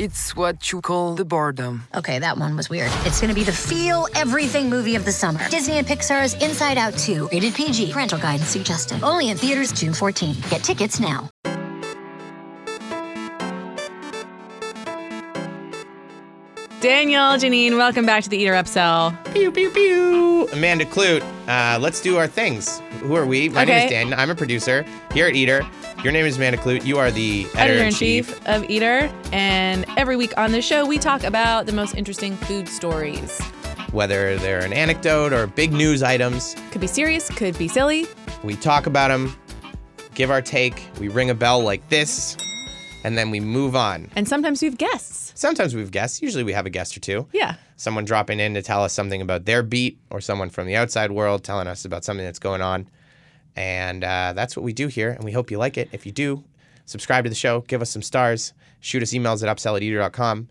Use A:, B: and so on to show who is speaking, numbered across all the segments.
A: It's what you call the boredom.
B: Okay, that one was weird. It's going to be the feel everything movie of the summer. Disney and Pixar's Inside Out 2, rated PG, parental guidance suggested. Only in theaters June 14. Get tickets now.
C: Daniel, Janine, welcome back to the Eater Up Cell.
D: Pew pew pew. Amanda Clute, uh, let's do our things. Who are we? My name
C: Okay.
D: is Dan. I'm a producer here at Eater. Your name is Amanda Clute. You are the editor
C: Editor
D: in
C: in
D: chief.
C: chief of Eater. And every week on the show, we talk about the most interesting food stories.
D: Whether they're an anecdote or big news items,
C: Could be serious, could be silly.
D: we talk about them, give our take, we ring a bell like this, and then we move on.
C: And sometimes we have guests.
D: Sometimes we've guests. Usually we have a guest or two.
C: Yeah.
D: Someone dropping in to tell us something about their beat, or someone from the outside world telling us about something that's going on. And uh, that's what we do here. And we hope you like it. If you do, subscribe to the show, give us some stars, shoot us emails at upselleater.com.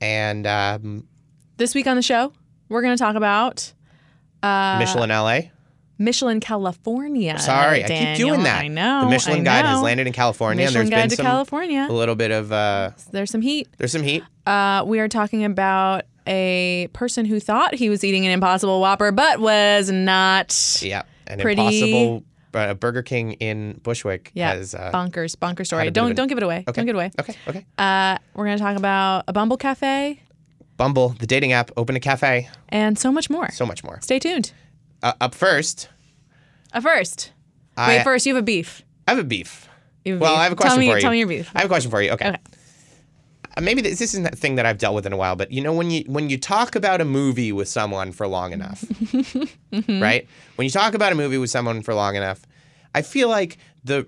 D: And um,
C: This week on the show, we're going to talk about Uh,
D: Michelin LA.
C: Michelin, California.
D: Sorry, I keep
C: Daniel.
D: doing that.
C: I know.
D: The Michelin
C: I
D: guide has
C: know.
D: landed in California.
C: Michelin
D: and
C: Guide
D: there's been
C: to
D: some,
C: California.
D: a little bit of, uh,
C: There's some heat.
D: there's some heat.
C: Uh, we are talking about a person who thought he was eating an impossible whopper, but was not.
D: Yeah. An
C: Pretty-
D: impossible uh, Burger King in Bushwick
C: Yeah,
D: has uh,
C: bonkers, bonkers story.
D: a bit of
C: Don't
D: an-
C: don't give it away.
D: Okay.
C: Don't give it away.
D: Okay. Okay.
C: Uh, we're gonna talk about a Bumble cafe
D: Bumble, the dating app, open a cafe,
C: and so much more.
D: so much more.
C: Stay tuned.
D: Uh, up first,
C: Uh, first,
D: I,
C: wait. First, you have a beef.
D: I have a beef.
C: You have
D: Well,
C: beef.
D: I have a question
C: tell me,
D: for you.
C: Tell me your beef.
D: I have a question for you. Okay.
C: Okay.
D: Uh, maybe this, this isn't a thing that I've dealt with in a while, but you know when you when you talk about a movie with someone for long enough,
C: Mm-hmm.
D: right? When you talk about a movie with someone for long enough, I feel like the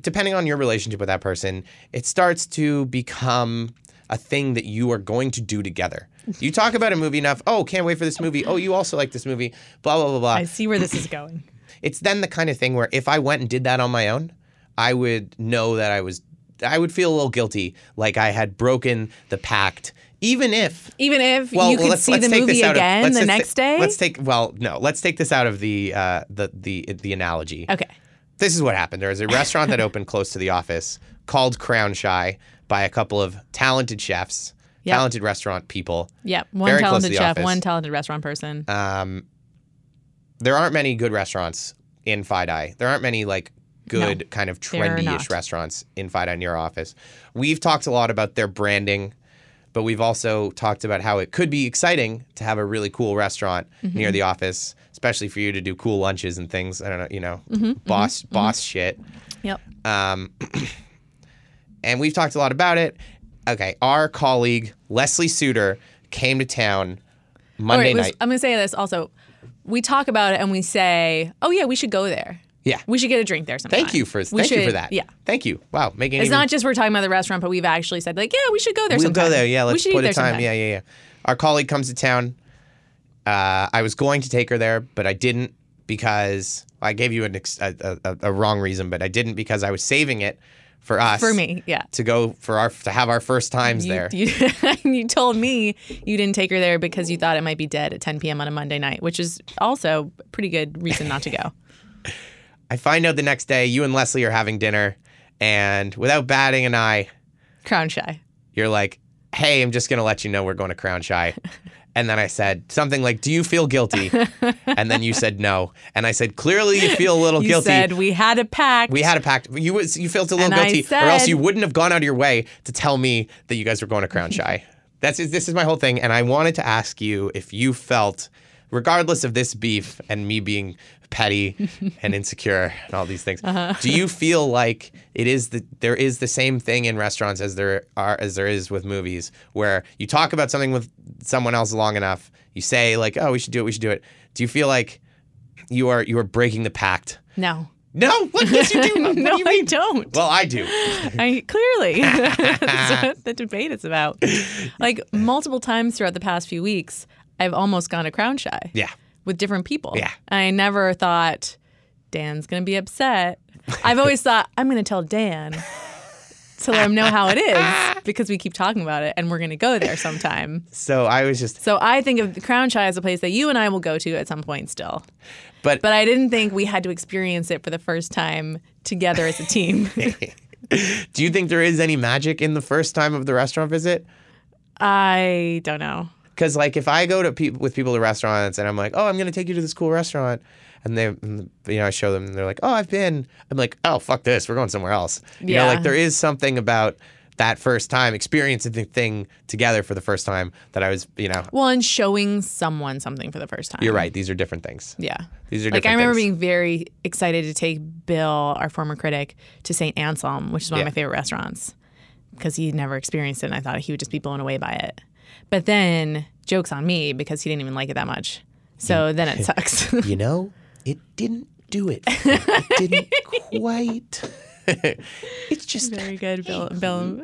D: depending on your relationship with that person, it starts to become a thing that you are going to do together. You talk about a movie enough. Oh, can't wait for this movie. Oh, you also like this movie. Blah blah blah blah.
C: I see where this is going.
D: It's then the kind of thing where if I went and did that on my own, I would know that I was, I would feel a little guilty, like I had broken the pact, even if.
C: Even if
D: Well,
C: you could
D: let's,
C: see
D: let's
C: the
D: take
C: movie
D: this out
C: again
D: of, let's
C: the
D: just ta-
C: next day.
D: Let's take well, no, let's take this out of the uh, the the the analogy.
C: okay.
D: This is what happened. There was a restaurant that opened close to the office called Crown Shy by a couple of talented chefs,
C: Yep.
D: talented restaurant people.
C: Yep. One
D: Very close to
C: talented
D: the
C: chef,
D: office.
C: one talented restaurant person.
D: um, there aren't many good restaurants in Fidei. There aren't many like good kind of
C: there are
D: trendy-ish
C: not.
D: restaurants in Fidei near our office. We've talked a lot about their branding, but we've also talked about how it could be exciting to have a really cool restaurant
C: Mm-hmm.
D: near the office, especially for you to do cool lunches and things. I don't know, you know,
C: Mm-hmm,
D: boss boss shit.
C: yep.
D: Um, and we've talked a lot about it. Okay, our colleague Leslie Suter came to town
C: All
D: Monday
C: right, let's-
D: night.
C: I'm gonna say this also. We talk about it and we say, "Oh yeah, we should go there.
D: yeah.
C: We should get a drink there sometime."
D: Thank you for
C: We
D: thank you for
C: should-
D: that.
C: Yeah.
D: Thank you. Wow, making
C: It's
D: even,
C: not just we're talking about the restaurant, but we've actually said like, yeah, we should go there.
D: we'll
C: sometime.
D: go there. Yeah,
C: we
D: let's
C: should eat
D: put a
C: there
D: time.
C: sometime.
D: Yeah, yeah, yeah. Our colleague comes to town. Uh, I was going to take her there, but I didn't because I gave you an ex- a, a, a wrong reason, but I didn't because I was saving it for us
C: For me, yeah.
D: to go for our to have our first times there.
C: You, you told me you didn't take her there because you thought it might be dead at 10 p.m. on a Monday night, which is also a pretty good reason not to go.
D: I find out the next day you and Leslie are having dinner, and without batting an eye,
C: Crown shy.
D: you're like, "Hey, I'm just gonna let you know we're going to Crown Shy," and then I said something like, "Do you feel guilty?" and then you said no, and I said, "Clearly, you feel a little
C: You
D: guilty."
C: said we had a pact.
D: we had a pact. You was- you felt a little
C: And I
D: guilty, or else
C: said-
D: you wouldn't have gone out of your way to tell me that you guys were going to Crown Shy. That's this is my whole thing, and I wanted to ask you if you felt regardless of this beef and me being petty and insecure and all these things,
C: Uh-huh.
D: do you feel like it is the there is the same thing in restaurants as there are as there is with movies, where you talk about something with someone else long enough, you say like, "Oh, we should do it, we should do it." Do you feel like you are you are breaking the pact?
C: No.
D: No, what? Yes, you do. What do
C: No,
D: you
C: I
D: mean?
C: don't.
D: Well, I do.
C: I clearly that's what the debate is about. Like multiple times throughout the past few weeks, I've almost gone to Crown Shy.
D: Yeah.
C: With different people.
D: Yeah.
C: I never thought Dan's gonna be upset. I've always thought I'm gonna tell Dan to let him know how it is because we keep talking about it and we're gonna go there sometime.
D: So I was just,
C: So I think of the Crown Shy as a place that you and I will go to at some point still.
D: but
C: But I didn't think we had to experience it for the first time together as a team.
D: do you think there is any magic in the first time of the restaurant visit?
C: I don't know.
D: Because like if I go to peop with people to restaurants and I'm like, oh, I'm gonna take you to this cool restaurant, and they, and, you know, I show them and they're like, oh, I've been. I'm like, oh, fuck this, we're going somewhere else. You know,
C: Yeah.
D: like there is something about that first time experiencing the thing together for the first time that I was, you know,
C: Well, and showing someone something for the first time.
D: you're right. These are different things.
C: Mm. Yeah.
D: These are
C: Like I
D: different
C: remember
D: things.
C: being very excited to take Bill, our former critic, to St. Anselm, which is one
D: Yeah.
C: of my favorite restaurants, because he'd never experienced it, and I thought he would just be blown away by it. But then, jokes on me because he didn't even like it that much. So
D: Hmm.
C: then it sucks.
D: you know, it didn't do it. for me. It didn't quite. it's just
C: very good, Bill. Bill.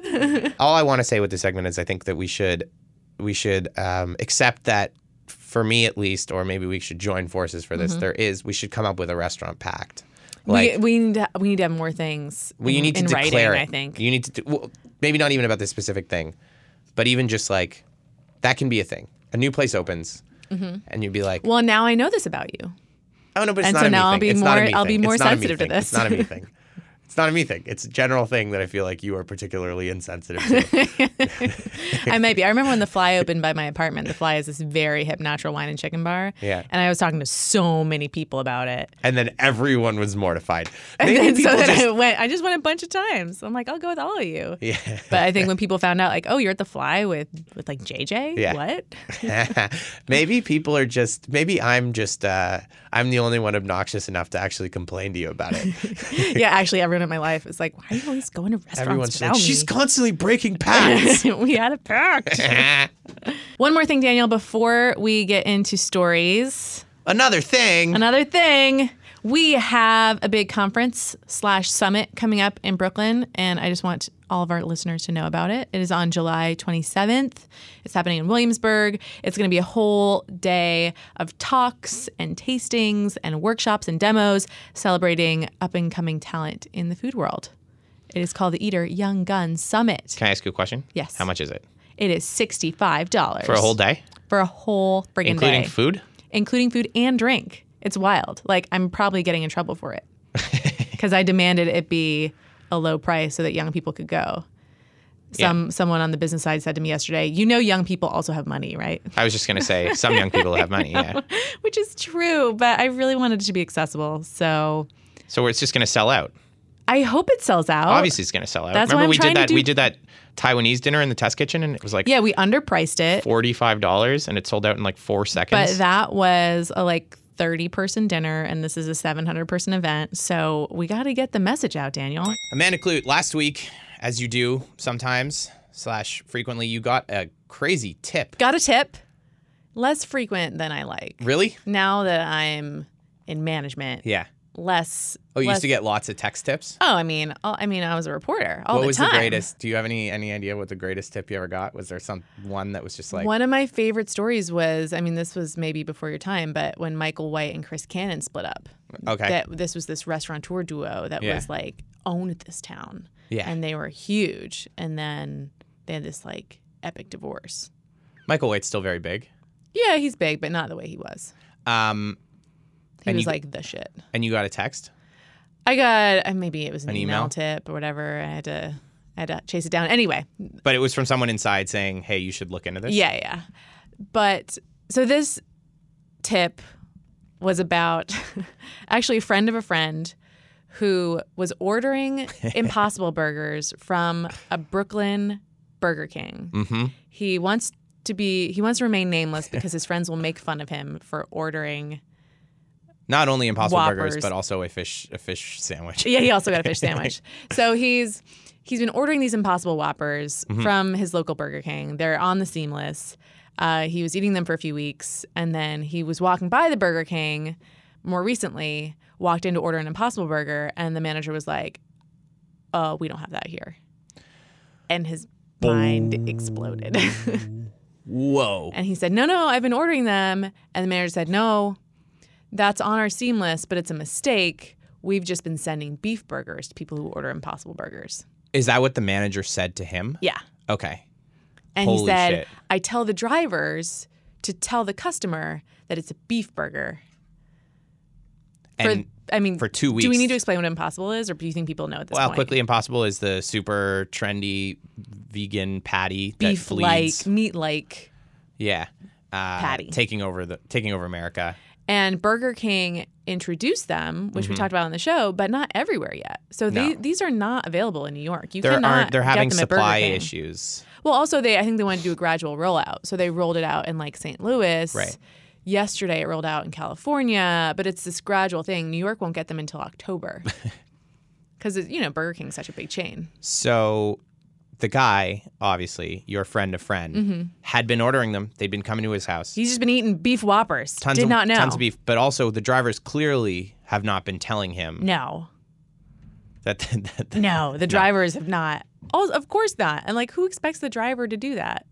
D: all I want to say with this segment is I think that we should we should um, accept that for me at least, or maybe we should join forces for this. there is we should come up with a restaurant pact. Like
C: Mm-hmm. we, we need to, we need to have more things.
D: well, you need to
C: in writing,
D: declare it.
C: I think.
D: you need to do, well, maybe not even about this specific thing, but even just like that can be a thing. A new place opens,
C: Mm-hmm.
D: and you'd be like,
C: well, now I know this about you.
D: "Oh no, but it's
C: and
D: not
C: so
D: a me
C: now I'll
D: thing.
C: be
D: it's not a
C: more-
D: me
C: I'll be
D: thing.
C: more
D: It's not a me
C: sensitive to
D: thing. It's
C: this.
D: not a me thing. It's not a me thing. It's a general thing that I feel like you are particularly insensitive to.
C: I might be. I remember when the Fly opened by my apartment. The Fly is this very hip natural wine and chicken bar.
D: Yeah.
C: And I was talking to so many people about it.
D: and then everyone was mortified.
C: And then, so
D: Maybe people
C: then
D: just-
C: I went. I just went a bunch of times. I'm like, I'll go with all of you. Yeah. But I think when people found out, like, oh, you're at the Fly with with like JJ.
D: Yeah.
C: What?
D: maybe people are just maybe I'm just uh, I'm the only one obnoxious enough to actually complain to you about it.
C: yeah. Actually, everyone in my life is like, why are you always going to restaurants
D: Everyone's
C: without
D: like,
C: me?
D: she's constantly breaking pacts.
C: we had a pact. One more thing, Daniel, before we get into stories.
D: Another thing.
C: Another thing, we have a big conference slash summit coming up in Brooklyn, and I just want all of our listeners to know about it. It is on July 27th. It's happening in Williamsburg. It's going to be a whole day of talks and tastings and workshops and demos celebrating up and coming talent in the food world. It is called the Eater Young Gun Summit.
D: Can I ask you a question?
C: Yes.
D: How much is it
C: It is $65
D: for a whole day,
C: for a whole friggin'
D: including
C: day
D: food?
C: including food and drink. It's wild. Like I'm probably getting in trouble for it because I demanded it be a low price so that young people could go. Some someone on the business side said to me yesterday, "You know, young people also have money, right?"
D: I was just gonna say some young people have money. Yeah.
C: Which is true, but I really wanted it to be accessible. So
D: So it's just gonna sell out.
C: I hope it sells out.
D: it's gonna sell out.
C: Oh, That's why Remember I'm we did trying to that- do- we did
D: that Taiwanese dinner in the test kitchen, and it was like
C: yeah, we underpriced it,
D: forty-five dollars, and it sold out in like four seconds.
C: but that was a like. 30 person dinner, and this is a 700 person event. So we got to get the message out, Daniel.
D: Amanda Clute, last week, as you do sometimes slash frequently, you got a crazy tip.
C: Got a tip. Less frequent than I like.
D: Really?
C: now that I'm in management,
D: Yeah.
C: less.
D: Oh, you
C: less,
D: used to get lots of text tips.
C: Oh, I mean, all, I mean, I was a reporter all
D: what
C: the
D: was
C: time.
D: the greatest? Do you have any any idea what the greatest tip you ever got? Was there some one that was just like
C: One of my favorite stories was, I mean, this was maybe before your time, but when Michael White and Chris Cannon split up,
D: okay?
C: that this was this restaurateur duo that
D: Yeah.
C: was like owned this town,
D: Yeah.
C: and they were huge, and then they had this like epic divorce.
D: Michael White's still very big.
C: Yeah, he's big, but not the way he was.
D: Um,
C: He
D: And
C: was
D: you-
C: like the shit.
D: and you got a text.
C: I got uh, maybe it was an,
D: An
C: email?
D: email?
C: tip or whatever. I had to, I had to chase it down. Anyway,
D: But it was from someone inside saying, "Hey, you should look into this."
C: Yeah, yeah. But so this tip was about actually a friend of a friend who was ordering Impossible Burgers from a Brooklyn Burger King.
D: Mm-hmm.
C: He once to be he wants to remain nameless because his friends will make fun of him for ordering.
D: Not only Impossible Burgers,
C: Whoppers.
D: but also a fish a fish sandwich.
C: Yeah, he also got a fish sandwich. So he's he's been ordering these Impossible Whoppers
D: Mm-hmm.
C: from his local Burger King. They're on the seamless. Uh, he was eating them for a few weeks, and then he was walking by the Burger King more recently. Walked in to order an Impossible Burger, and the manager was like, "Uh, we don't have that here," and his mind exploded.
D: Whoa.
C: And he said, No, no, I've been ordering them. And the manager said, No, that's on our seam list, but it's a mistake. We've just been sending beef burgers to people who order impossible burgers.
D: Is that what the manager said to him?
C: Yeah.
D: Okay.
C: And he
D: Holy
C: said,
D: shit.
C: I tell the drivers to tell the customer that it's a beef burger. For,
D: And
C: I mean,
D: for two
C: Do we
D: weeks.
C: need to explain what impossible is, or do you think people know at this
D: well,
C: point?
D: quickly impossible is the super trendy vegan patty that
C: Beef like,
D: bleeds.
C: meat like.
D: Yeah. Uh,
C: Patty.
D: taking over the taking over America.
C: and Burger King introduced them, which we
D: Mm-hmm.
C: talked about on the show, but not everywhere yet. So they, these are not available in New York. You
D: There
C: cannot
D: aren't they're
C: get
D: having
C: them at
D: supply
C: Burger King.
D: issues.
C: Well, also they I think they wanted to do a gradual rollout, so they rolled it out in like St. Louis.
D: Right.
C: Yesterday it rolled out in California, but it's this gradual thing. New York won't get them until October. Because you know Burger King's such a big chain.
D: So the guy, obviously, your friend of friend,
C: Mm-hmm.
D: had been ordering them. They'd been coming to his house.
C: He's just been eating beef whoppers.
D: tons
C: Did
D: of,
C: not know.
D: Tons of beef. But also the drivers clearly have not been telling him
C: No,
D: that, that, that-
C: no, the drivers have not. Oh, of course not. And like, who expects the driver to do that?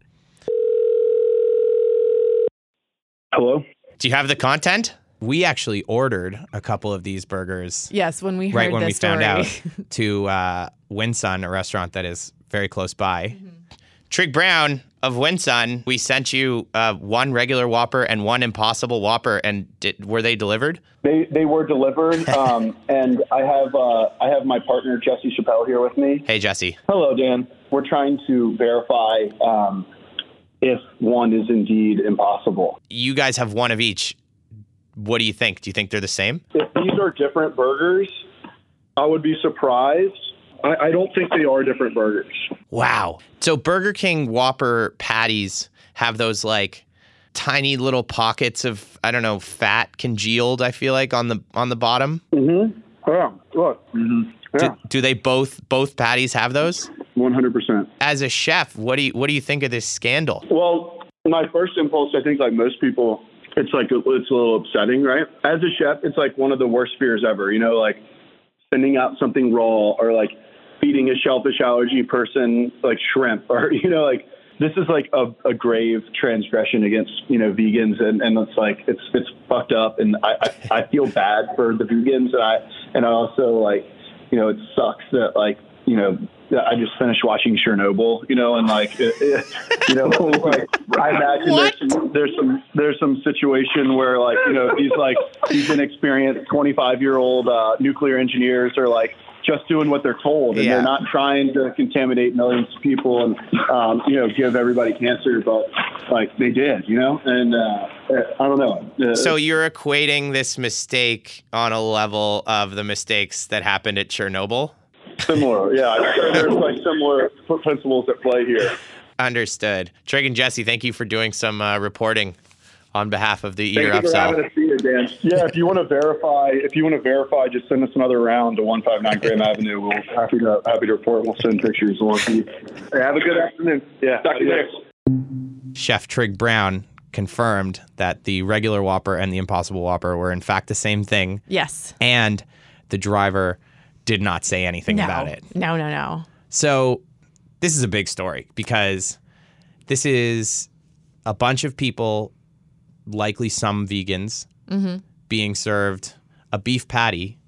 E: Hello?
D: Do you have the content? We actually ordered a couple of these burgers
C: Yes, when we heard
D: right when
C: the
D: we
C: story.
D: found out to uh, Winsun, a restaurant that is very close by. Trig Brown of Winsun, we sent you uh, one regular Whopper and one Impossible Whopper, and did, were they delivered?
E: They they were delivered, um, and I have uh, I have my partner Jesse Chappelle here with me.
D: Hey, Jesse.
E: Hello, Dan. We're trying to verify um, if one is indeed impossible.
D: you guys have one of each. What do you think? Do you think they're the same?
E: If these are different burgers, I would be surprised. I, I don't think they are different burgers.
D: Wow. So Burger King Whopper patties have those like tiny little pockets of I don't know fat congealed. I feel like on the on the bottom.
E: Mm-hmm. Yeah, look. Yeah,
D: Do they both both patties have those?
E: one hundred percent.
D: As a chef, what do you what do you think of this scandal?
E: Well, my first impulse, I think, like most people, it's like it's a little upsetting, right? As a chef, it's like one of the worst fears ever. You know, like sending out something raw or like feeding a shellfish allergy person like shrimp, or you know, like this is like a, a grave transgression against you know vegans, and, and it's like it's it's fucked up, and I, I I feel bad for the vegans, and I and I also like you know it sucks that like you know. that I just finished watching Chernobyl, you know, and like, it, it, you know, like I imagine there's some, there's some there's some situation where like you know these like these inexperienced 25 year old uh, nuclear engineers are like just doing what they're told and
D: Yeah.
E: they're not trying to contaminate millions of people and um, you know give everybody cancer, but like they did, you know, and uh, I don't know. Uh,
D: So you're equating this mistake on a level of the mistakes that happened at Chernobyl?
E: similar, yeah. I'm sure There's like similar principles at play here.
D: Understood. Trig and Jesse, thank you for doing some uh, reporting on behalf of the Eater
E: Thank you for
D: Upsell.
E: having us here, Dan. Yeah, if you want to verify, if you want to verify, just send us another round to one five nine Graham Avenue. We'll happy to happy to report. We'll send pictures along to you. have a good afternoon. Yeah, Dr.
D: Chef Trig Brown confirmed that the regular Whopper and the Impossible Whopper were in fact the same thing,
C: Yes.
D: and the driver did not say anything
C: No.
D: about it.
C: No, no, no.
D: So this is a big story because this is a bunch of people, likely some vegans,
C: Mm-hmm.
D: being served a beef patty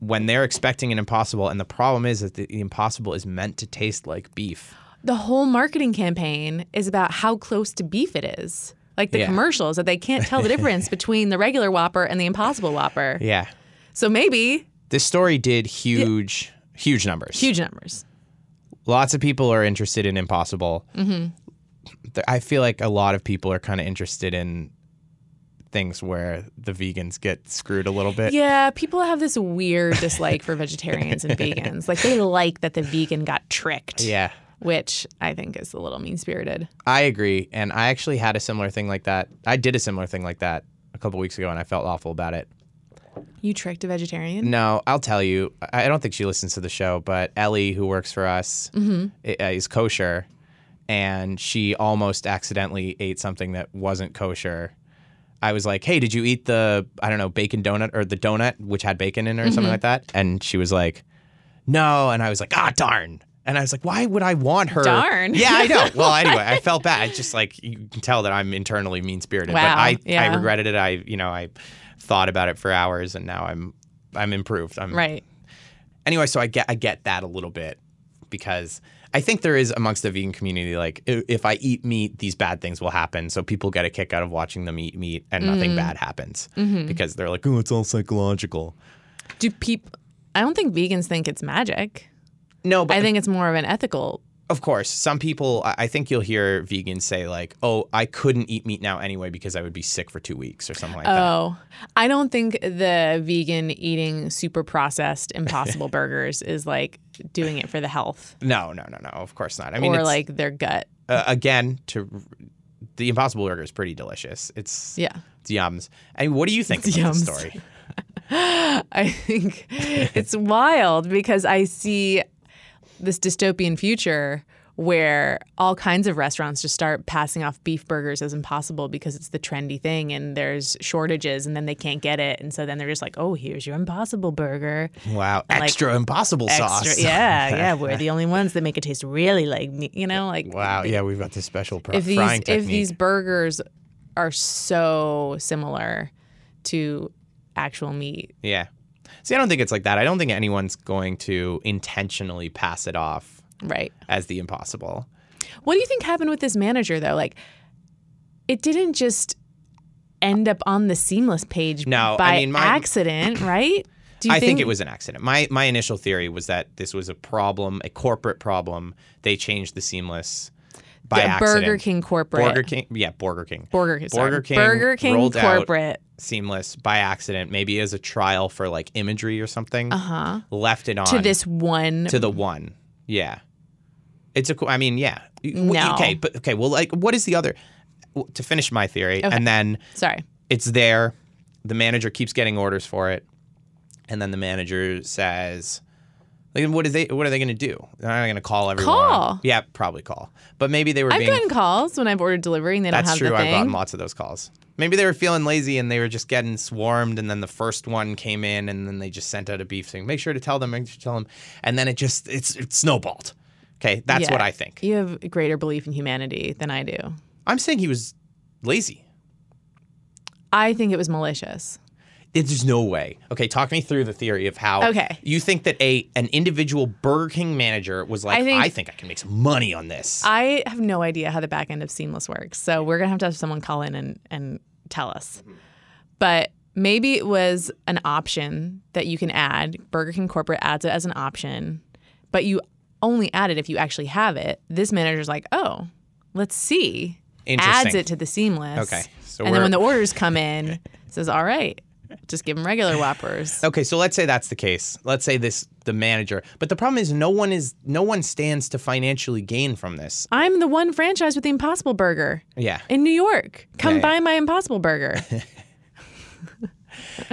D: when they're expecting an impossible and the problem is that the, the impossible is meant to taste like beef
C: The whole marketing campaign is about how close to beef it is. Like the
D: Yeah.
C: commercials that they can't tell the difference between the regular Whopper and the Impossible Whopper.
D: yeah
C: So maybe
D: this story did huge huge numbers
C: huge numbers.
D: lots of people are interested in impossible Th- i feel like a lot of people are kind of interested in things where the vegans get screwed a little bit
C: Yeah, people have this weird dislike for vegetarians and vegans. Like they like that the vegan got tricked.
D: Yeah.
C: which I think is a little mean spirited.
D: I agree, and I actually had a similar thing like that. I did a similar thing like that a couple weeks ago, and I felt awful about it.
C: You tricked a vegetarian.
D: No, I'll tell you. I I don't think she listens to the show, but Ellie, who works for us,
C: Mm-hmm.
D: i- uh, is kosher, and she almost accidentally ate something that wasn't kosher. I was like, "Hey, did you eat the I don't know bacon donut or the donut which had bacon in it or
C: Mm-hmm.
D: something like that?" And she was like, "No," and I was like, "Ah, darn." And I was like, why would I want her?
C: Darn.
D: Yeah, I know. Well, anyway, I felt bad. I just like you can tell that I'm internally mean spirited.
C: Wow,
D: But I, I
C: yeah.
D: regretted it. I you know I thought about it for hours, and now I'm I'm improved. I'm
C: Right.
D: anyway, so I get I get that a little bit because I think there is amongst the vegan community like i- if I eat meat, these bad things will happen. So people get a kick out of watching them eat meat, and nothing
C: Mm-hmm.
D: bad happens because they're like, oh, it's all psychological.
C: Do people? I don't think vegans think it's magic.
D: No, but
C: I think it's more of an ethical.
D: of course, some people. I I think you'll hear vegans say like, oh, I couldn't eat meat now anyway because I would be sick for two weeks or something like that.
C: Oh, I don't think the vegan eating super processed impossible burgers is like doing it for the health
D: No, no, no, no. Of course not. I mean,
C: Oh. or
D: it's,
C: like their gut.
D: uh, again to. The Impossible Burger is pretty delicious. It's
C: Yeah.
D: it's yums. And what do you think about this
C: Yums.
D: story?
C: I think it's wild because I see this dystopian future where all kinds of restaurants just start passing off beef burgers as impossible because it's the trendy thing and there's shortages and then they can't get it and so then they're just like, "Oh, here's your impossible burger."
D: Wow, extra impossible sauce.
C: Extra, yeah, yeah, we're the only ones that make it taste really like meat, you know, like
D: Wow, yeah, we've got this special pr-
C: if these
D: frying technique.
C: if these burgers are so similar to actual meat.
D: yeah. See, I don't think it's like that. I don't think anyone's going to intentionally pass it off
C: Right.
D: as the impossible.
C: What do you think happened with this manager though? Like, it didn't just end up on the seamless page
D: No, I
C: by
D: mean, my-
C: accident, right? Do you
D: I think, it was an accident. My my initial theory was that this was a problem, a corporate problem. They changed the seamless by
C: the
D: accident.
C: Burger King corporate.
D: Burger King, yeah, Burger King.
C: Burger King. sorry.
D: Burger King
C: Burger King
D: rolled out-
C: corporate.
D: Seamless by accident, maybe as a trial for like imagery or something. Uh huh. Left it on
C: Uh-huh. To this one.
D: to the one. Yeah, it's a cool. I mean, yeah. W-
C: No.
D: Okay, but okay. Well, like, what is the other? w- To finish my theory, and then
C: sorry.
D: it's there. The manager keeps getting orders for it, and then the manager says, "Like, what is they? What are they going to do? They're not going to call everyone.
C: Call.
D: Yeah, probably call. But maybe they were
C: I've
D: being.
C: gotten calls when I've ordered delivery and they
D: that's
C: don't have
D: true.
C: the
D: I've
C: thing.
D: gotten lots of those calls. Maybe they were feeling lazy and they were just getting swarmed, and then the first one came in, and then they just sent out a beef saying, "Make sure to tell them, make sure to tell them," and then it just it's it snowballed. Okay, that's
C: Yeah.
D: what I think.
C: You have a greater belief in humanity than I do.
D: I'm saying he was lazy.
C: I think it was malicious.
D: It- There's no way. Okay, talk me through the theory of how.
C: Okay.
D: You think that a an individual Burger King manager was like, I
C: I
D: think
C: think-
D: I, can make some money on this.
C: I have no idea how the back end of Seamless works, so we're gonna have to have someone call in and, and tell us. But maybe it was an option that you can add. Burger King corporate adds it as an option, but you only add it if you actually have it. This manager's like, oh, let's see. Adds
D: Interesting.
C: it to the Seamless.
D: Okay, so
C: and then when
D: we're-
C: the orders come in, says, all right, just give them regular Whoppers.
D: okay, so let's say that's the case. Let's say this the manager, but the problem is no one is no one stands to financially gain from this.
C: I'm the one franchise with the Impossible Burger.
D: Yeah.
C: in New York. Come
D: Yeah,
C: buy
D: yeah.
C: my Impossible Burger.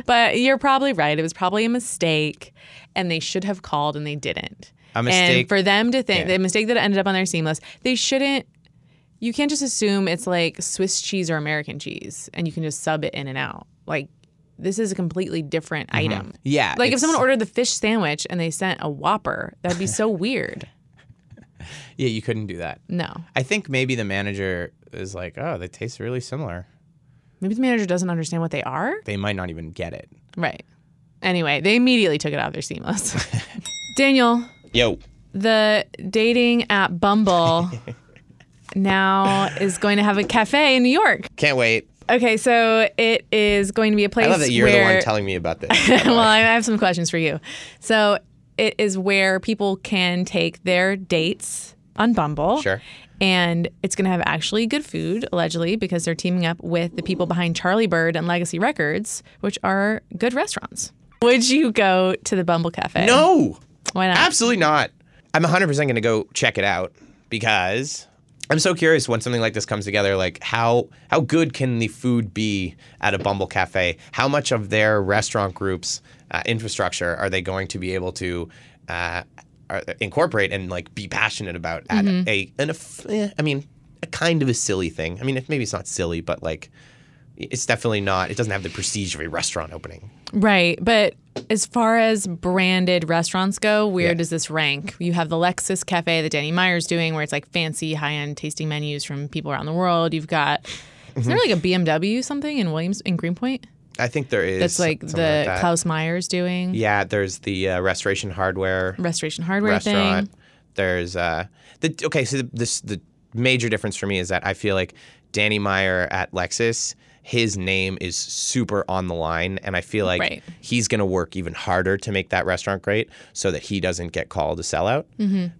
C: but you're probably right. It was probably a mistake, and they should have called, and they didn't.
D: A mistake-
C: And for them to think the mistake that ended up on their seamless, they shouldn't. You can't just assume it's like Swiss cheese or American cheese, and you can just sub it in and out. Like this is a completely different item.
D: Mm-hmm. Yeah,
C: Like if
D: it's-
C: someone ordered the fish sandwich and they sent a Whopper, that'd be so weird.
D: Yeah, you couldn't do that.
C: No,
D: I think maybe the manager is like, oh, they taste really similar.
C: maybe the manager doesn't understand what they are.
D: They might not even get it.
C: Right. Anyway, they immediately took it off their seamless. Daniel,
D: Yo.
C: the dating app Bumble now is going to have a cafe in New York.
D: Can't wait.
C: Okay, so it is going to be a place
D: I love that you're
C: where
D: the one telling me about this.
C: well, I have some questions for you. So it is where people can take their dates on Bumble.
D: Sure.
C: And it's going to have actually good food, allegedly, because they're teaming up with the people behind Charlie Bird and Legacy Records, which are good restaurants. Would you go to the Bumble Cafe?
D: no.
C: Why not?
D: Absolutely not. I'm 100% going to go check it out. because I'm so curious when something like this comes together, like how how good can the food be at a Bumble Cafe? How much of their restaurant group's uh, infrastructure are they going to be able to uh, are- incorporate and like be passionate about? At
C: Mm-hmm.
D: a, an, aff- eh, I mean, a kind of a silly thing. I mean, it- maybe it's not silly, but like it's definitely not. It doesn't have the prestige of a restaurant opening.
C: Right. But as far as branded restaurants go, where
D: Yeah.
C: does this rank? You have the Lexus Cafe that Danny Meyer's doing, where it's like fancy, high end tasting menus from people around the world. You've got, is
D: Mm-hmm.
C: there like a BMW something in Williams, in Greenpoint?
D: I think there is.
C: That's like
D: something
C: the
D: that.
C: Klaus Meyer's doing,
D: Yeah, there's the uh, Restoration Hardware.
C: Restoration Hardware
D: restaurant.
C: thing.
D: There's uh the okay, so the, this the major difference for me is that I feel like Danny Meyer at Lexus, his name is super on the line and I feel like
C: Right.
D: he's going to work even harder to make that restaurant great so that he doesn't get called a sellout.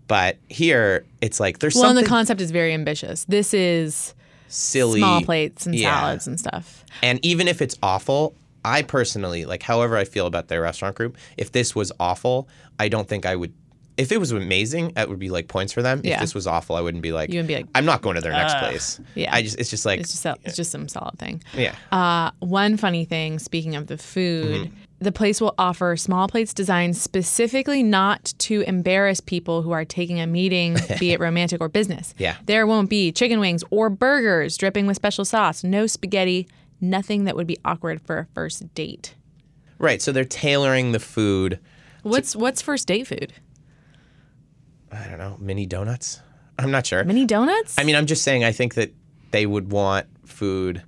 D: But here it's like there's
C: Mm-hmm. Well, and
D: something
C: the concept is very ambitious. This is
D: silly
C: small plates and
D: Yeah.
C: salads and stuff.
D: And even if it's awful, I personally, like however I feel about their restaurant group, if this was awful, I don't think I would if it was amazing, it would be like points for them. If
C: Yeah.
D: this was awful, I wouldn't be like,
C: You wouldn't be like,
D: I'm not going to their next place.
C: Yeah.
D: I just it's just like
C: It's just, it's just some solid thing.
D: yeah.
C: Uh, one funny thing, speaking of the food, the place will offer small plates designed specifically not to embarrass people who are taking a meeting, be it romantic or business.
D: Yeah.
C: There won't be chicken wings or burgers dripping with special sauce, no spaghetti, nothing that would be awkward for a first date.
D: Right. So they're tailoring the food.
C: What's what's first date food?
D: I don't know, mini donuts? I'm not sure.
C: Mini donuts?
D: I mean, I'm just saying I think that they would want food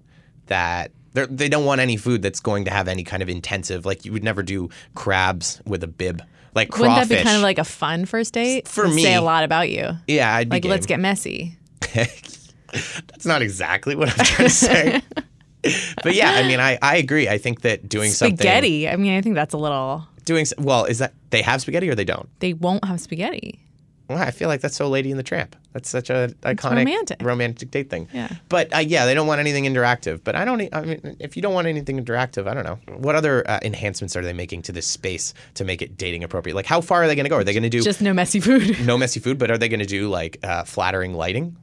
D: that they're- they don't want any food that's going to have any kind of intensive like you would never do crabs with a bib. Like
C: Wouldn't
D: crawfish.
C: that be kind of like a fun first date?
D: For
C: Would
D: me-
C: say a lot about you.
D: yeah, I'd be
C: Like, let's
D: game.
C: get messy.
D: That's not exactly what I'm trying to say. but yeah, I mean, I, I agree. I think that doing
C: Spaghetti. I mean, I think that's a little.
D: something doing s- well is that they have spaghetti or they don't.
C: They won't have spaghetti.
D: Well, I feel like that's so Lady in the Tramp. That's such a iconic
C: romantic.
D: romantic date thing.
C: Yeah.
D: But uh, yeah, they don't want anything interactive. But I don't. e- I mean, if you don't want anything interactive, I don't know what other uh, enhancements are they making to this space to make it dating appropriate. Like, how far are they going to go? Are they going to do
C: Just no messy food.
D: no messy food, but are they going to do like uh, flattering lighting?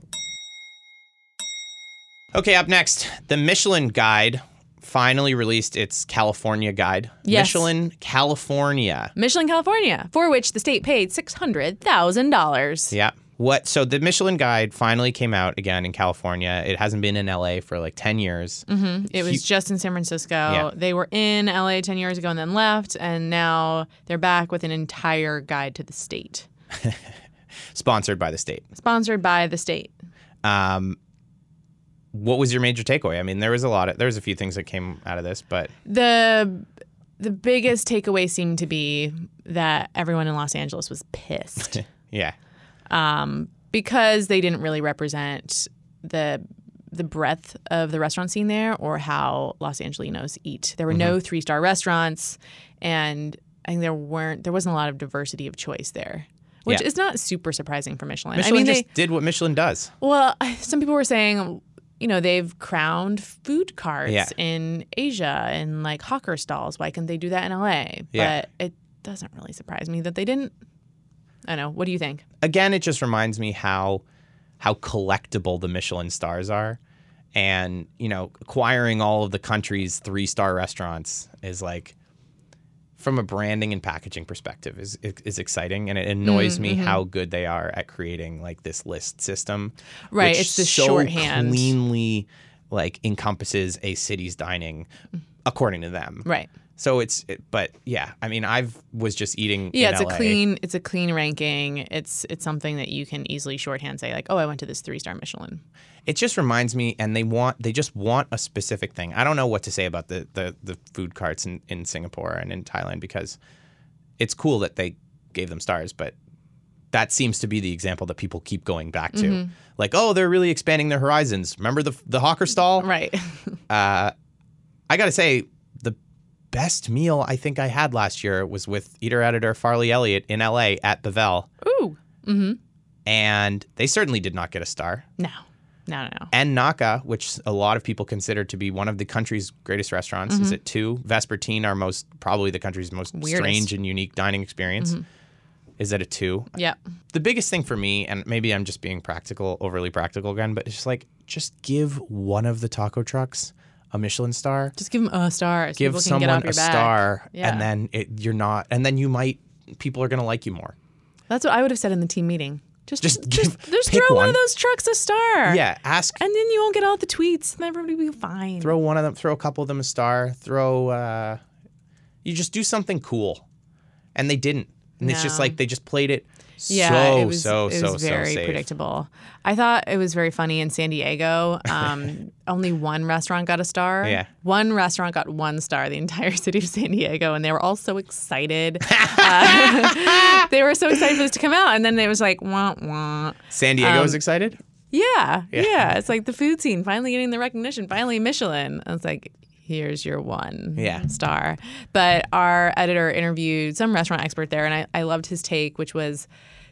D: Okay, up next, the Michelin Guide finally released its California guide.
C: Yes.
D: Michelin California.
C: Michelin, California, for which the state paid six hundred thousand dollars.
D: Yeah. What? So the Michelin Guide finally came out again in California. It hasn't been in LA for like ten years.
C: It was just in San Francisco. They were in LA ten years ago and then left, and now they're back with an entire guide to the state,
D: Sponsored by the state.
C: sponsored by the state.
D: Um, what was your major takeaway? I mean, there was a lot. Of, there was a few things that came out of this, but
C: the The biggest takeaway seemed to be that everyone in Los Angeles was pissed
D: yeah,
C: because they didn't really represent the the breadth of the restaurant scene there or how Los Angelinos eat. There were
D: Mm-hmm.
C: no three star restaurants, and I think there weren't there wasn't a lot of diversity of choice there, which
D: Yeah.
C: is not super surprising for Michelin.
D: Michelin
C: I mean,
D: just
C: they,
D: did what Michelin does.
C: well, some people were saying. You know, they've crowned food carts
D: Yeah.
C: in Asia and like hawker stalls. Why couldn't they do that in LA?
D: Yeah.
C: But it doesn't really surprise me that they didn't. I don't know. What do you think?
D: again, it just reminds me how how collectible the Michelin stars are, and you know, acquiring all of the country's three star restaurants is like, from a branding and packaging perspective, is is exciting, and it annoys
C: Mm,
D: me
C: mm-hmm.
D: how good they are at creating like this list system,
C: Right,
D: which
C: it's this
D: so
C: shorthand.
D: cleanly like encompasses a city's dining, according to them,
C: Mm. Right.
D: So it's, it, but yeah, I mean, I've was just eating.
C: Yeah,
D: in
C: it's
D: LA.
C: a clean it's a clean ranking. It's it's something that you can easily shorthand say like, "Oh, I went to this 3-star Michelin."
D: it just reminds me and they want they just want a specific thing i don't know what to say about the the, the food carts in, in singapore and in thailand because it's cool that they gave them stars but that seems to be the example that people keep going back to
C: Mm-hmm.
D: like oh they're really expanding their horizons remember the the hawker stall Uh,
C: Right.
D: i gotta say the best meal i think i had last year was with eater editor farley elliott in la at bevel
C: Ooh. Mm-hmm.
D: and they certainly did not get a star
C: No. No, no, no.
D: and Naka, which a lot of people consider to be one of the country's greatest restaurants, is at two. Vespertine, our most probably the country's most
C: Mm-hmm. Weirdest. Mm-hmm.
D: strange and unique dining experience, is at a two.
C: Yep.
D: The biggest thing for me, and maybe I'm just being practical, overly practical again, but it's just like just give one of the taco trucks a Michelin star.
C: Just give them a star. So
D: give
C: people can get
D: someone
C: off
D: a
C: your back.
D: star,
C: Yeah.
D: and then it, you're not, and then you might people are gonna like you more.
C: That's what I would have said in the team meeting. Just
D: Just
C: just,
D: give-
C: just,
D: pick
C: throw one.
D: one.
C: of those trucks a star.
D: Yeah, ask
C: And then you won't get all the tweets, and everybody will be fine.
D: throw one of them, throw a couple of them a star, throw, uh, you just do something cool. And they didn't. And it's just
C: No.
D: like they just played it
C: yeah,
D: so,
C: it was,
D: so,
C: it
D: so,
C: was
D: so
C: very
D: safe.
C: predictable. I thought it was very funny in San Diego. Um, only one restaurant got a star.
D: Yeah.
C: One restaurant got one star, the entire city of San Diego, and they were all so excited. Uh, they were so excited for this to come out. And then it was like, wah, wah.
D: San Diego
C: Um,
D: was excited?
C: Yeah, yeah. It's like the food scene finally getting the recognition, finally Michelin. I was like, here's your one
D: Yeah.
C: star. But our editor interviewed some restaurant expert there, and I, I loved his take, which was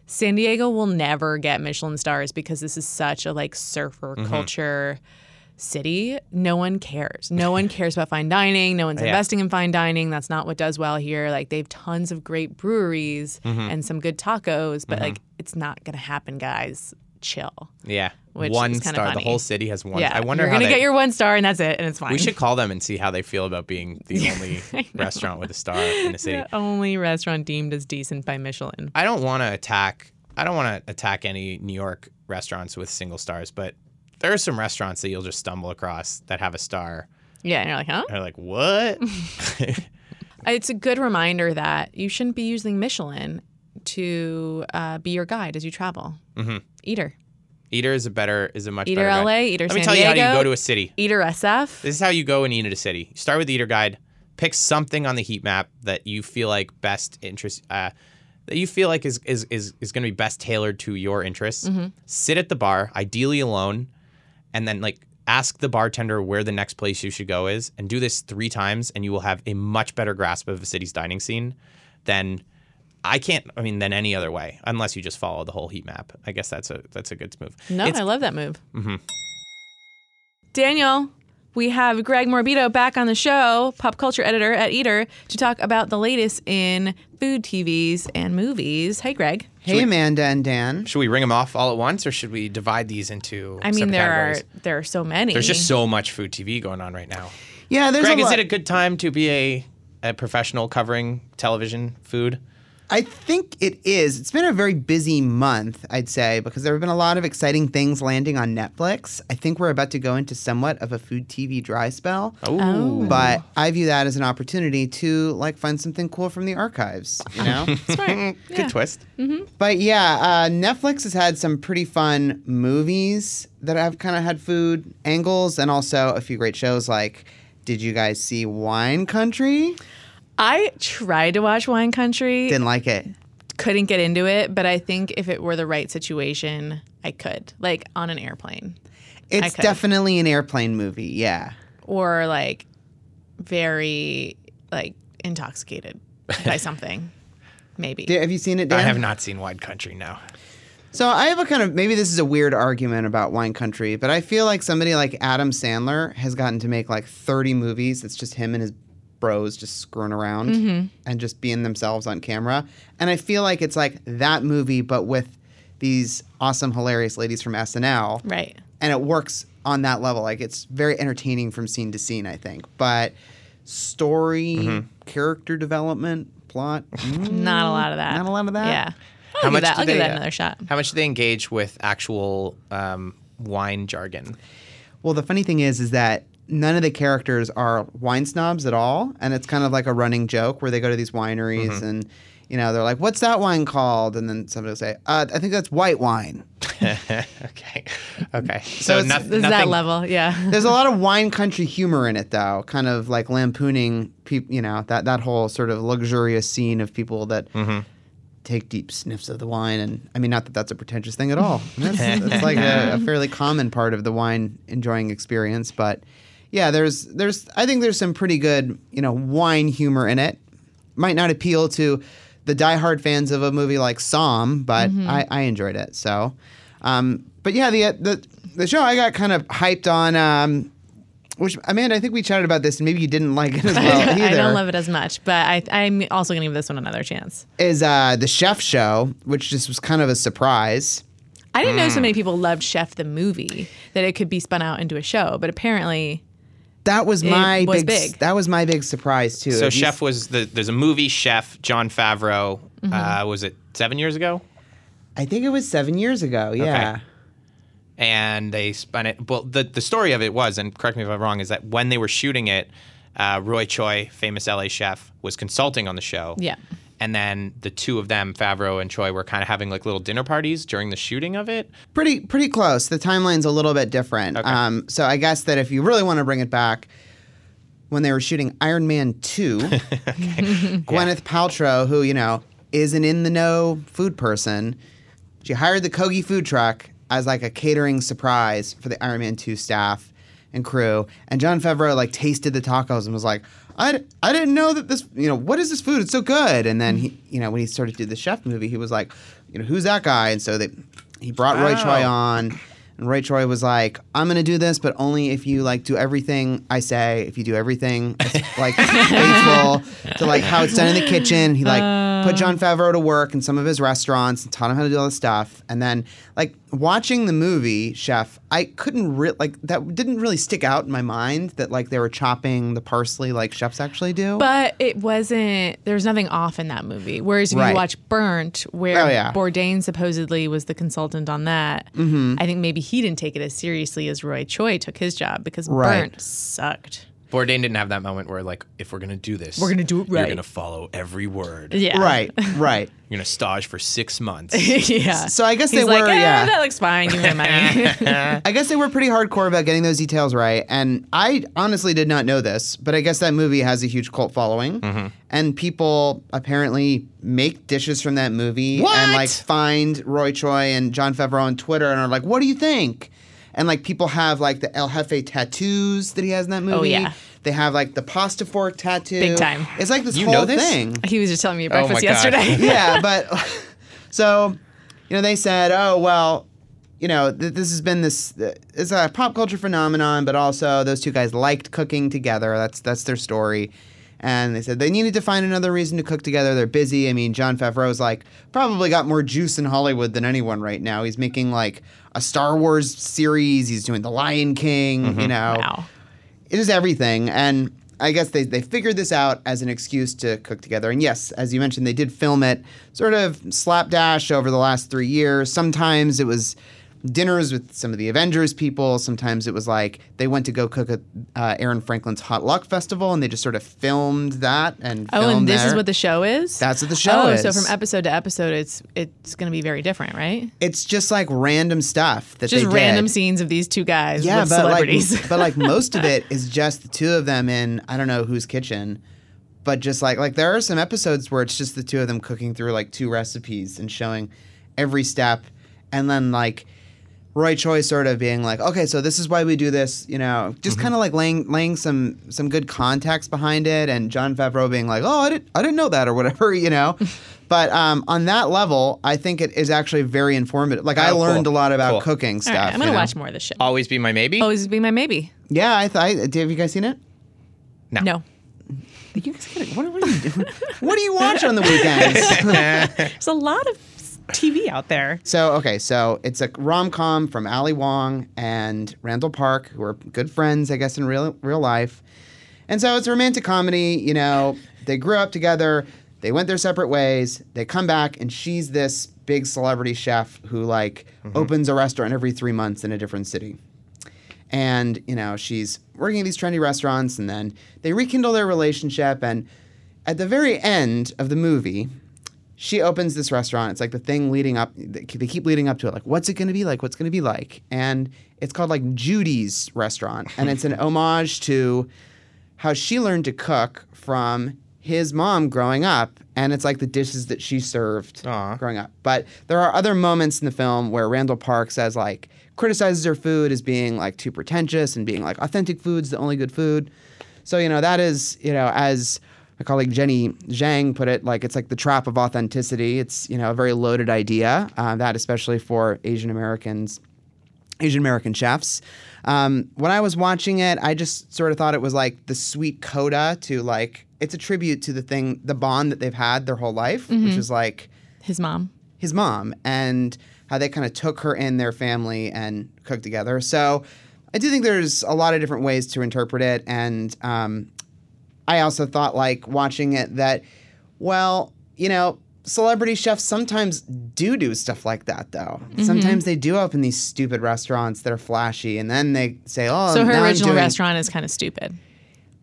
C: San Diego will never get Michelin stars because this is such a like surfer culture city. No one cares. No one cares about fine dining. No one's investing in fine dining. That's not what does well here. Like they have tons of great breweries and some good tacos, but like it's not gonna happen, guys. Chill.
D: Yeah.
C: Which
D: one
C: is kinda
D: star. The
C: funny.
D: whole city has one.
C: Yeah,
D: I wonder
C: you're
D: how
C: gonna
D: they-
C: get your one star and that's it, and it's fine.
D: we should call them and see how they feel about being the only restaurant with a star in the city.
C: the only restaurant deemed as decent by Michelin.
D: I don't want to attack. I don't want to attack any New York restaurants with single stars, but there are some restaurants that you'll just stumble across that have a star.
C: Yeah, and you're like, huh?
D: And they're like, what?
C: It's a good reminder that you shouldn't be using Michelin to uh, be your guide as you travel. Mm-hmm. Eater,
D: Eater is a better is a much
C: Eater
D: better guide.
C: LA, Eater
D: Let
C: San
D: me tell you how you
C: Diego.
D: go to a city.
C: Eater SF.
D: This is how you go and eat at a city. You start with the eater guide. Pick something on the heat map that you feel like best interest uh, that you feel like is is is, is going to be best tailored to your interests.
C: Mm-hmm.
D: Sit at the bar, ideally alone, and then like ask the bartender where the next place you should go is, and do this three times, and you will have a much better grasp of a city's dining scene than. I can't. I mean, than any other way, unless you just follow the whole heat map. I guess that's a that's a good move.
C: No,
D: It's-
C: I love that move. Mm-hmm. Daniel, we have Greg Morbido back on the show, pop culture editor at Eater, to talk about the latest in food, TVs, and movies. Hey, Greg.
F: Hey, Amanda and Dan.
D: Should we ring them off all at once, or should we divide these into?
C: I mean,
D: separate
C: there
D: categories?
C: are there are so many.
D: There's just so much food TV going on right now.
F: Yeah, there's
D: Greg,
F: a
D: is
F: lot.
D: it a good time to be a, a professional covering television food?
F: I think it is. It's been a very busy month, I'd say, because there have been a lot of exciting things landing on Netflix. I think we're about to go into somewhat of a food TV dry spell.
D: oh,
F: But I view that as an opportunity to like find something cool from the archives, you know?
C: Smart.
D: good twist.
F: But yeah, uh, Netflix has had some pretty fun movies that have kind of had food angles, and also a few great shows like. Did you guys see Wine Country?
C: I tried to watch Wine Country,
F: Didn't like it.
C: couldn't get into it, but I think if it were the right situation, I could. Like on an airplane
F: It's
C: could.
F: definitely an airplane movie. Yeah.
C: or like very like intoxicated by something. Maybe.
F: D- Have you seen it? Dan?
D: I have not seen Wide Country now.
F: So I have a kind of maybe this is a weird argument about wine country, but I feel like somebody like Adam Sandler has gotten to make like 30 movies. It's just him and his bros just screwing around
D: Mm-hmm.
F: and just being themselves on camera. And I feel like it's like that movie, but with these awesome, hilarious ladies from SNL.
C: Right.
F: And it works on that level. Like it's very entertaining from scene to scene, I think. But story,
D: Mm-hmm.
F: character development, plot, mm,
C: Not a lot of that.
F: Not a lot of that?
C: Yeah. I'll
D: How
C: give
D: much
C: that.
D: do
C: I'll give
D: they,
C: that
D: uh,
C: another shot.
D: How much do they engage with actual um, wine jargon?
F: Well, the funny thing is, is that none of the characters are wine snobs at all, and it's kind of like a running joke where they go to these wineries and, you know, they're like, "What's that wine called?" And then somebody will say, uh, "I think that's white wine."
D: Okay, okay. So,
F: it's-
D: noth-
C: This is that
D: nothing.
C: level. Yeah.
F: There's a lot of wine country humor in it, though, kind of like lampooning people, you know, that that whole sort of luxurious scene of people that. Take deep sniffs of the wine, and I mean, not that that's a pretentious thing at all. That's, that's like a, a fairly common part of the wine enjoying experience, but yeah, there's there's I think there's some pretty good you know wine humor in it. Might not appeal to the diehard fans of a movie like Psalm, but
C: Mm-hmm.
F: I, I enjoyed it. uh, So, um, but yeah, the the the show I got kind of hyped on. Um, Which Amanda, I think we chatted about this, and maybe you didn't like it as well either.
C: I don't love it as much, but I, I'm also going to give this one another chance.
F: Is uh, the Chef Show, which just was kind of a surprise.
C: I didn't know
F: Hmm.
C: so many people loved Chef the movie that it could be spun out into a show, but apparently,
F: That was my
C: was
F: big, s-
C: big.
F: That was my big surprise too.
D: So
F: If you-
D: Chef was the there's a movie Chef John Favreau.
C: Mm-hmm.
D: Uh, was it seven years ago?
F: I think it was seven years ago. Yeah.
D: and they spun it. Well, the the story of it was, and correct me if I'm wrong, is that when they were shooting it, uh, Roy Choi, famous LA chef, was consulting on the show.
C: Yeah.
D: And then the two of them, Favreau and Choi, were kind of having like little dinner parties during the shooting of it.
F: Pretty pretty close. The timeline's a little bit different. Um, so I guess that if you really want to bring it back, when they were shooting Iron Man two, Gwyneth Paltrow, who you know isn't in the know food person, she hired the Kogi food truck as like a catering surprise for the Iron Man two staff and crew. And John Favreau like tasted the tacos and was like. I, d- I didn't know that this you know what is this food it's so good and then he you know when he started to do the chef movie he was like you know who's that guy and so they he brought Roy Choi on and Roy Choi was like, "I'm gonna do this, but only if you like do everything I say. If you do everything like faithful to like how it's done in the kitchen." He like put
C: Uh.
F: John Favreau to work in some of his restaurants and taught him how to do all this stuff. And then like watching the movie Chef, I couldn't re- like that didn't really stick out in my mind that like they were chopping the parsley like chefs actually do.
C: but it wasn't. There's was nothing off in that movie. Whereas if
F: Right.
C: you watch Burnt, where
F: Oh, yeah.
C: Bourdain supposedly was the consultant on that,
F: Mm-hmm.
C: I think maybe he didn't take it as seriously as Roy Choi took his job because
F: Right.
C: Burnt sucked.
D: Bourdain didn't have that moment where like, if we're gonna do this, we're
C: gonna do it
D: You're
C: right.
D: gonna follow every word.
C: Yeah.
F: right, right.
D: You're gonna stage for six months.
C: yeah.
F: So I guess
C: He's
F: they
C: like,
F: were
C: "Eh,
F: yeah.
C: that looks fine. Give me my money.
F: I guess they were pretty hardcore about getting those details right. And I honestly did not know this, but I guess that movie has a huge cult following. And people apparently make dishes from that movie and like find Roy Choi and John Favreau on Twitter and are like, what do you think? And like people have like the El Jefe tattoos that he has in that movie.
C: yeah.
F: They have like the pasta fork tattoo.
C: Big time.
F: It's like this
D: You
F: whole
D: know this?
F: thing
C: he was just telling me at
D: Oh my
C: breakfast
D: God.
C: yesterday.
F: yeah, but so you know they said, oh well, you know th- this has been this uh, it's a pop culture phenomenon, but also those two guys liked cooking together. That's that's their story. And they said they needed to find another reason to cook together. They're busy. I mean, John Favreau's like probably got more juice in Hollywood than anyone right now. He's making like a Star Wars series. He's doing The Lion King. You know,
C: Wow.
F: it is everything and i guess they, they figured this out as an excuse to cook together and yes as you mentioned they did film it sort of slapdash over the last three years sometimes it was dinners with some of the avengers people sometimes it was like they went to go cook at uh, aaron franklin's hot luck festival and they just sort of filmed that and
C: Oh,
F: filmed
C: and this is
F: there.
C: what the show is.
F: That's what the show
C: oh, so
F: is.
C: from episode to episode, it's it's going to be very different, right?
F: it's just like random stuff that
C: Just
F: they did.
C: random scenes of these two guys
F: yeah,
C: with
F: but
C: celebrities.
F: like, but like most of it is just the two of them in I don't know whose kitchen, but just like like there are some episodes where it's just the two of them cooking through like two recipes and showing every step, and then like Roy Choi sort of being like, okay, so this is why we do this, you know, just
C: Mm-hmm.
F: kind of like laying laying some some good context behind it, and John Favreau being like, oh, I didn't I didn't know that or whatever, you know. But um, on that level, I think it is actually very informative. Like I
D: Oh, cool.
F: learned a lot about
D: Cool.
F: cooking stuff.
C: All right, I'm going
F: you
C: to
F: know? Oh.
C: watch more of this show.
D: Always be my maybe.
C: Always be my maybe.
F: Yeah, I thought. Have you guys seen it?
C: No,
F: You guys gotta, what, what, are you doing? what do you watch on the weekends?
C: there's a lot of TV out there.
F: so okay, so it's a rom com from Ali Wong and Randall Park, who are good friends, I guess, in real real life. And so it's a romantic comedy. You know, they grew up together. They went their separate ways. They come back, and she's this big celebrity chef who like opens a restaurant every three months in a different city. and you know she's working at these trendy restaurants and then they rekindle their relationship and at the very end of the movie she opens this restaurant it's like the thing leading up they keep leading up to it like what's it going to be like what's going to be like and it's called like judy's restaurant and it's an homage to how she learned to cook from his mom growing up and it's like the dishes that she served growing up but there are other moments in the film where randall park says like criticizes her food as being like too pretentious and being like authentic food's the only good food so you know that is you know as my colleague jenny zhang put it like it's like the trap of authenticity it's you know a very loaded idea uh, that especially for asian americans Asian American chefs. Um, when I was watching it, I just sort of thought it was like the sweet coda to like it's a tribute to the thing, the bond that they've had their whole life, which is like
C: His mom.
F: his mom and how they kind of took her in their family and cooked together. So I do think there's a lot of different ways to interpret it. And um, I also thought, like, watching it, that, well, you know, celebrity chefs sometimes do do stuff like that, though.
C: Mm-hmm.
F: Sometimes they do open these stupid restaurants that are flashy and then they say, oh,
C: So her
F: now I'm
C: original
F: doing-
C: restaurant is kind of stupid.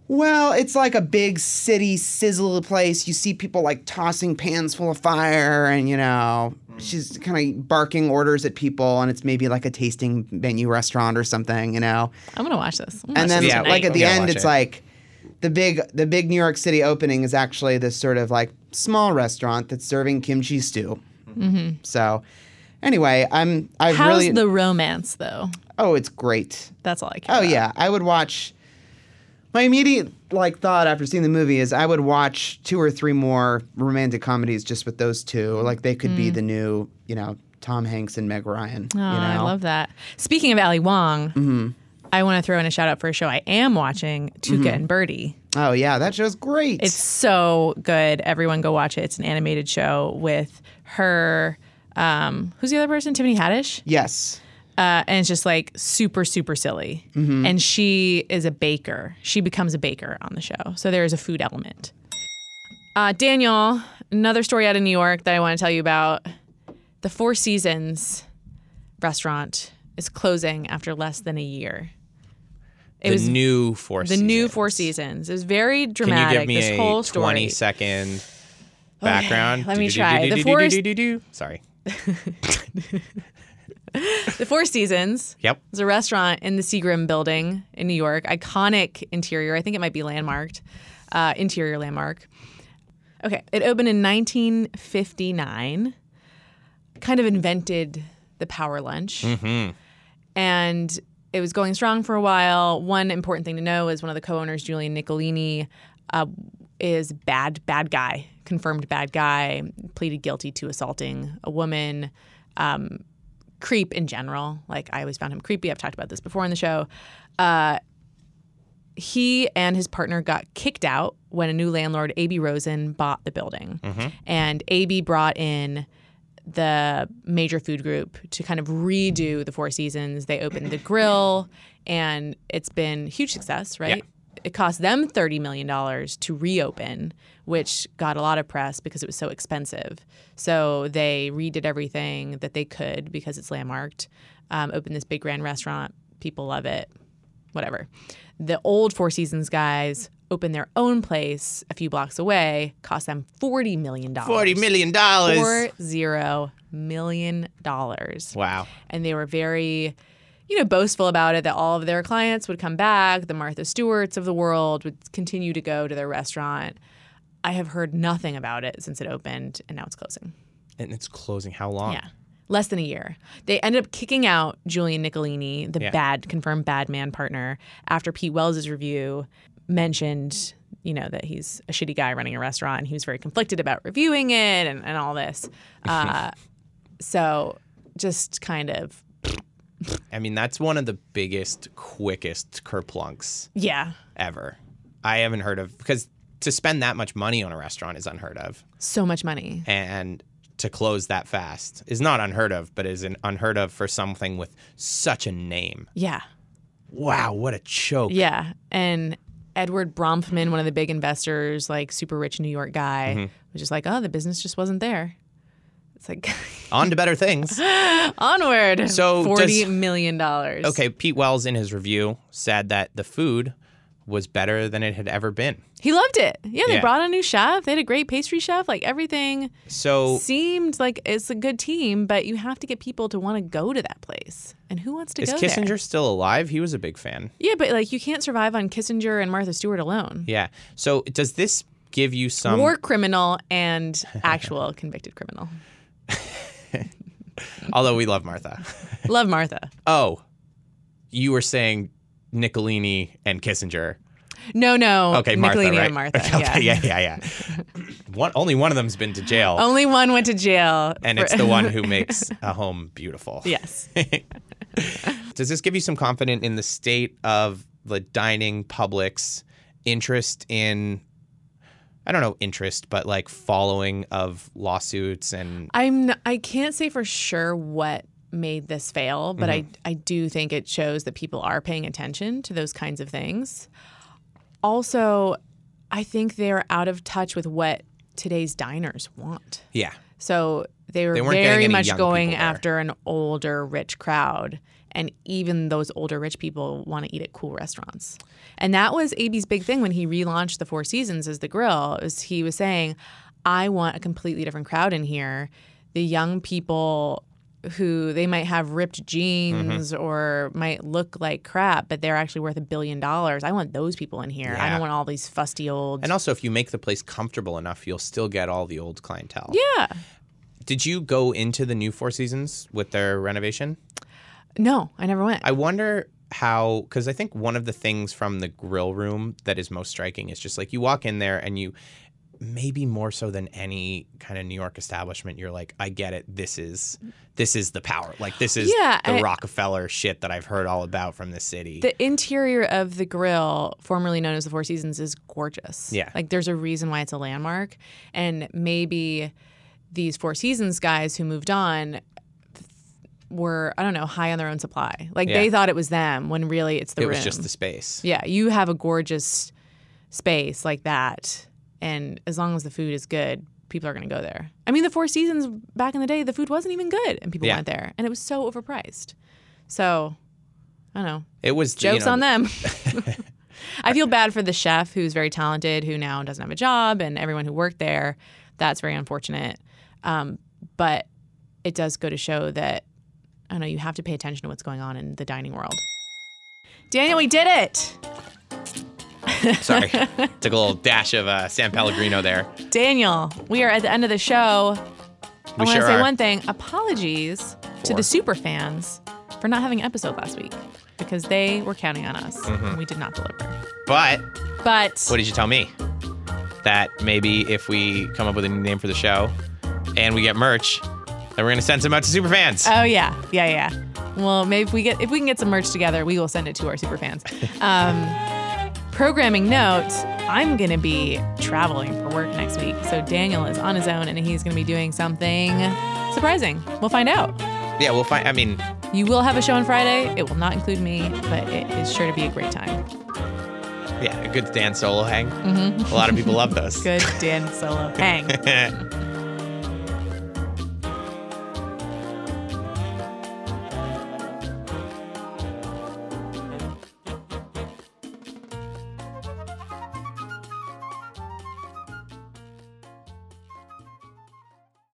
F: well, it's like a big city sizzle place. You see people like tossing pans full of fire, and you know, she's kind of barking orders at people, and it's maybe like a tasting menu restaurant or something, you know.
C: I'm gonna watch this. I'm gonna
F: And
C: watch
F: then,
C: this
D: Yeah,
C: tonight.
F: like at the
D: Yeah,
F: end,
D: watch
F: it's
D: it.
F: like the big the big New York City opening is actually this sort of like small restaurant that's serving kimchi stew. Mm-hmm. So, anyway, I'm I
C: how's
F: really
C: the romance though?
F: oh, it's great.
C: That's all I care.
F: Oh
C: about.
F: yeah, I would watch. My immediate like thought after seeing the movie is I would watch two or three more romantic comedies just with those two. Like they could be the new, you know, Tom Hanks and Meg Ryan.
C: Oh,
F: you know? Mm-hmm.
C: I love that. Speaking of Ali Wong, I want to throw in a shout out for a show I am watching, Tuca and Birdie.
F: Oh yeah, that show's great.
C: It's so good. Everyone go watch it. It's an animated show with her. Um, who's the other person? Tiffany Haddish.
F: yes.
C: Uh, and it's just like super, super silly.
D: Mm-hmm.
C: And she is a baker. She becomes a baker on the show. So there is a food element. Uh, Daniel, another story out of New York that I want to tell you about. The Four Seasons restaurant is closing after less than a year. It
D: the
C: was
D: new four.
C: the new Four Seasons. It was very
D: Can
C: dramatic.
D: you give me
C: this
D: a
C: whole story. Oh,
D: twenty second background?
C: let me try. The forest-
D: Do-do-do-do-do-do-do. Sorry.
C: The Four Seasons.
D: Yep.
C: It's a restaurant in the Seagram building in New York. Iconic interior. I think it might be landmarked. Uh, interior landmark. Okay. It opened in 1959. Kind of invented the power lunch. And it was going strong for a while. One important thing to know is one of the co-owners, Julian Nicolini, uh, is bad, bad guy, confirmed bad guy, pleaded guilty to assaulting a woman creep in general. Like I always found him creepy. I've talked about this before on the show. Uh, he and his partner got kicked out when a new landlord, A.B. Rosen, bought the building. And A.B. brought in the major food group to kind of redo the Four Seasons. They opened the grill, and it's been a huge success, right? It cost them $30 million to reopen, which got a lot of press because it was so expensive. So they redid everything that they could because it's landmarked, um, opened this big grand restaurant. People love it whatever. The old Four Seasons guys opened their own place a few blocks away, cost them $40 million.
D: Forty million dollars.
C: Four zero million dollars.
D: Wow.
C: And they were very, you know, boastful about it that all of their clients would come back. The Martha Stewarts of the world would continue to go to their restaurant. I have heard nothing about it since it opened and now it's closing.
D: And it's closing. How long?
C: Yeah. Less than a year. They ended up kicking out Julian Nicolini, the bad, confirmed bad man partner, after Pete Wells' review mentioned, you know, that he's a shitty guy running a restaurant and he was very conflicted about reviewing it and, and all this. Uh, so just kind of,
D: I mean, that's one of the biggest, quickest kerplunks
C: yeah.
D: ever. I haven't heard of because to spend that much money on a restaurant is unheard of,
C: So much money.
D: and to close that fast is not unheard of, but is an unheard of for something with such a name.
C: Yeah.
D: Wow, what a choke!
C: Yeah. And Edward Bromfman, one of the big investors, like super rich New York guy, was just like, oh, the business just wasn't there. It's like,
D: On to better things.
C: Onward.
D: So
C: forty million
D: does-
C: dollars.
D: Okay, Pete Wells in his review said that the food was better than it had ever been.
C: He loved it. Yeah, they
D: Yeah.
C: brought a new chef. They had a great pastry chef. Like everything
D: So
C: seemed like it's a good team, but you have to get people to want to go to that place. And who wants to
D: is
C: go
D: Kissinger
C: there?
D: still alive? He was a big fan.
C: Yeah, but like you can't survive on Kissinger and Martha Stewart alone.
D: Yeah. um, So does this give you some
C: War criminal and actual convicted criminal.
D: although we love Martha.
C: Love Martha.
D: Oh, you were saying Nicolini and Kissinger.
C: No, no.
D: Okay, Martha,
C: Nicolini
D: right?
C: and Martha.
D: Okay,
C: yeah.
D: yeah, yeah, yeah. one, only one of them's been to jail,
C: Only one went to jail.
D: and
C: for-
D: it's the one who makes a home beautiful.
C: yes.
D: Does this give you some confidence in the state of the dining public's interest in, I don't know, interest, but like following of lawsuits and
C: I'm n- I can't say for sure what made this fail, but I I do think it shows that people are paying attention to those kinds of things. Also, I think they're out of touch with what today's diners want.
D: yeah,
C: So they were
D: They weren't getting
C: very
D: any
C: much
D: young
C: going
D: people there.
C: after an older rich crowd. And even those older rich people want to eat at cool restaurants. And that was AB's big thing when he relaunched the Four Seasons as the grill, is he was saying, I want a completely different crowd in here. The young people who they might have ripped jeans
D: Mm-hmm.
C: or might look like crap, but they're actually worth a billion dollars. I want those people in here. I
D: Yeah.
C: don't want all these fusty old
D: and also if you make the place comfortable enough, you'll still get all the old clientele.
C: Yeah.
D: Did you go into the new Four Seasons with their renovation?
C: No, I never went.
D: I wonder how because I think one of the things from the grill room that is most striking is just like you walk in there and you maybe more so than any kind of New York establishment, you're like, I get it. This is this is the power. Like this is
C: Yeah,
D: the
C: I-
D: Rockefeller shit that I've heard all about from this city.
C: The interior of the grill, formerly known as the Four Seasons, is gorgeous.
D: Yeah.
C: Like there's a reason why it's a landmark. And maybe these Four Seasons guys who moved on th- were, I don't know, high on their own supply. Like they
D: Yeah.
C: thought it was them when really it's the
D: it
C: room.
D: was just the space.
C: yeah. You have a gorgeous space like that. And as long as the food is good, people are going to go there. I mean, the Four Seasons back in the day, the food wasn't even good and people
D: Yeah.
C: went there. And it was so overpriced. So I don't know.
D: It was you
C: Jokes
D: know,
C: on them. I feel bad for the chef who's very talented, who now doesn't have a job, and everyone who worked there. That's very unfortunate. Um, but it does go to show that, I don't know, you have to pay attention to what's going on in the dining world. Daniel, we did it.
D: Sorry, took a little dash of uh, San Pellegrino there.
C: Daniel, we are at the end of the show. I
D: We
C: want to
D: sure
C: say
D: are.
C: one thing apologies to
D: For?
C: the super fans for not having an episode last week because they were counting on us and we did not deliver.
D: But
C: But
D: Mm-hmm. What did you tell me? That maybe if we come up with a new name for the show and we get merch, then we're gonna send some out to super fans.
C: Oh yeah, yeah, yeah. Well, maybe if we get if we can get some merch together, we will send it to our super fans. Um, programming note: I'm gonna be traveling for work next week, so Daniel is on his own and he's gonna be doing something surprising. We'll find out.
D: yeah, we'll find. I mean,
C: You will have a show on Friday. It will not include me, but it is sure to be a great time.
D: yeah, a good Dan Solo hang. A lot of people love those.
C: Good Dan Solo. Hang.
D: All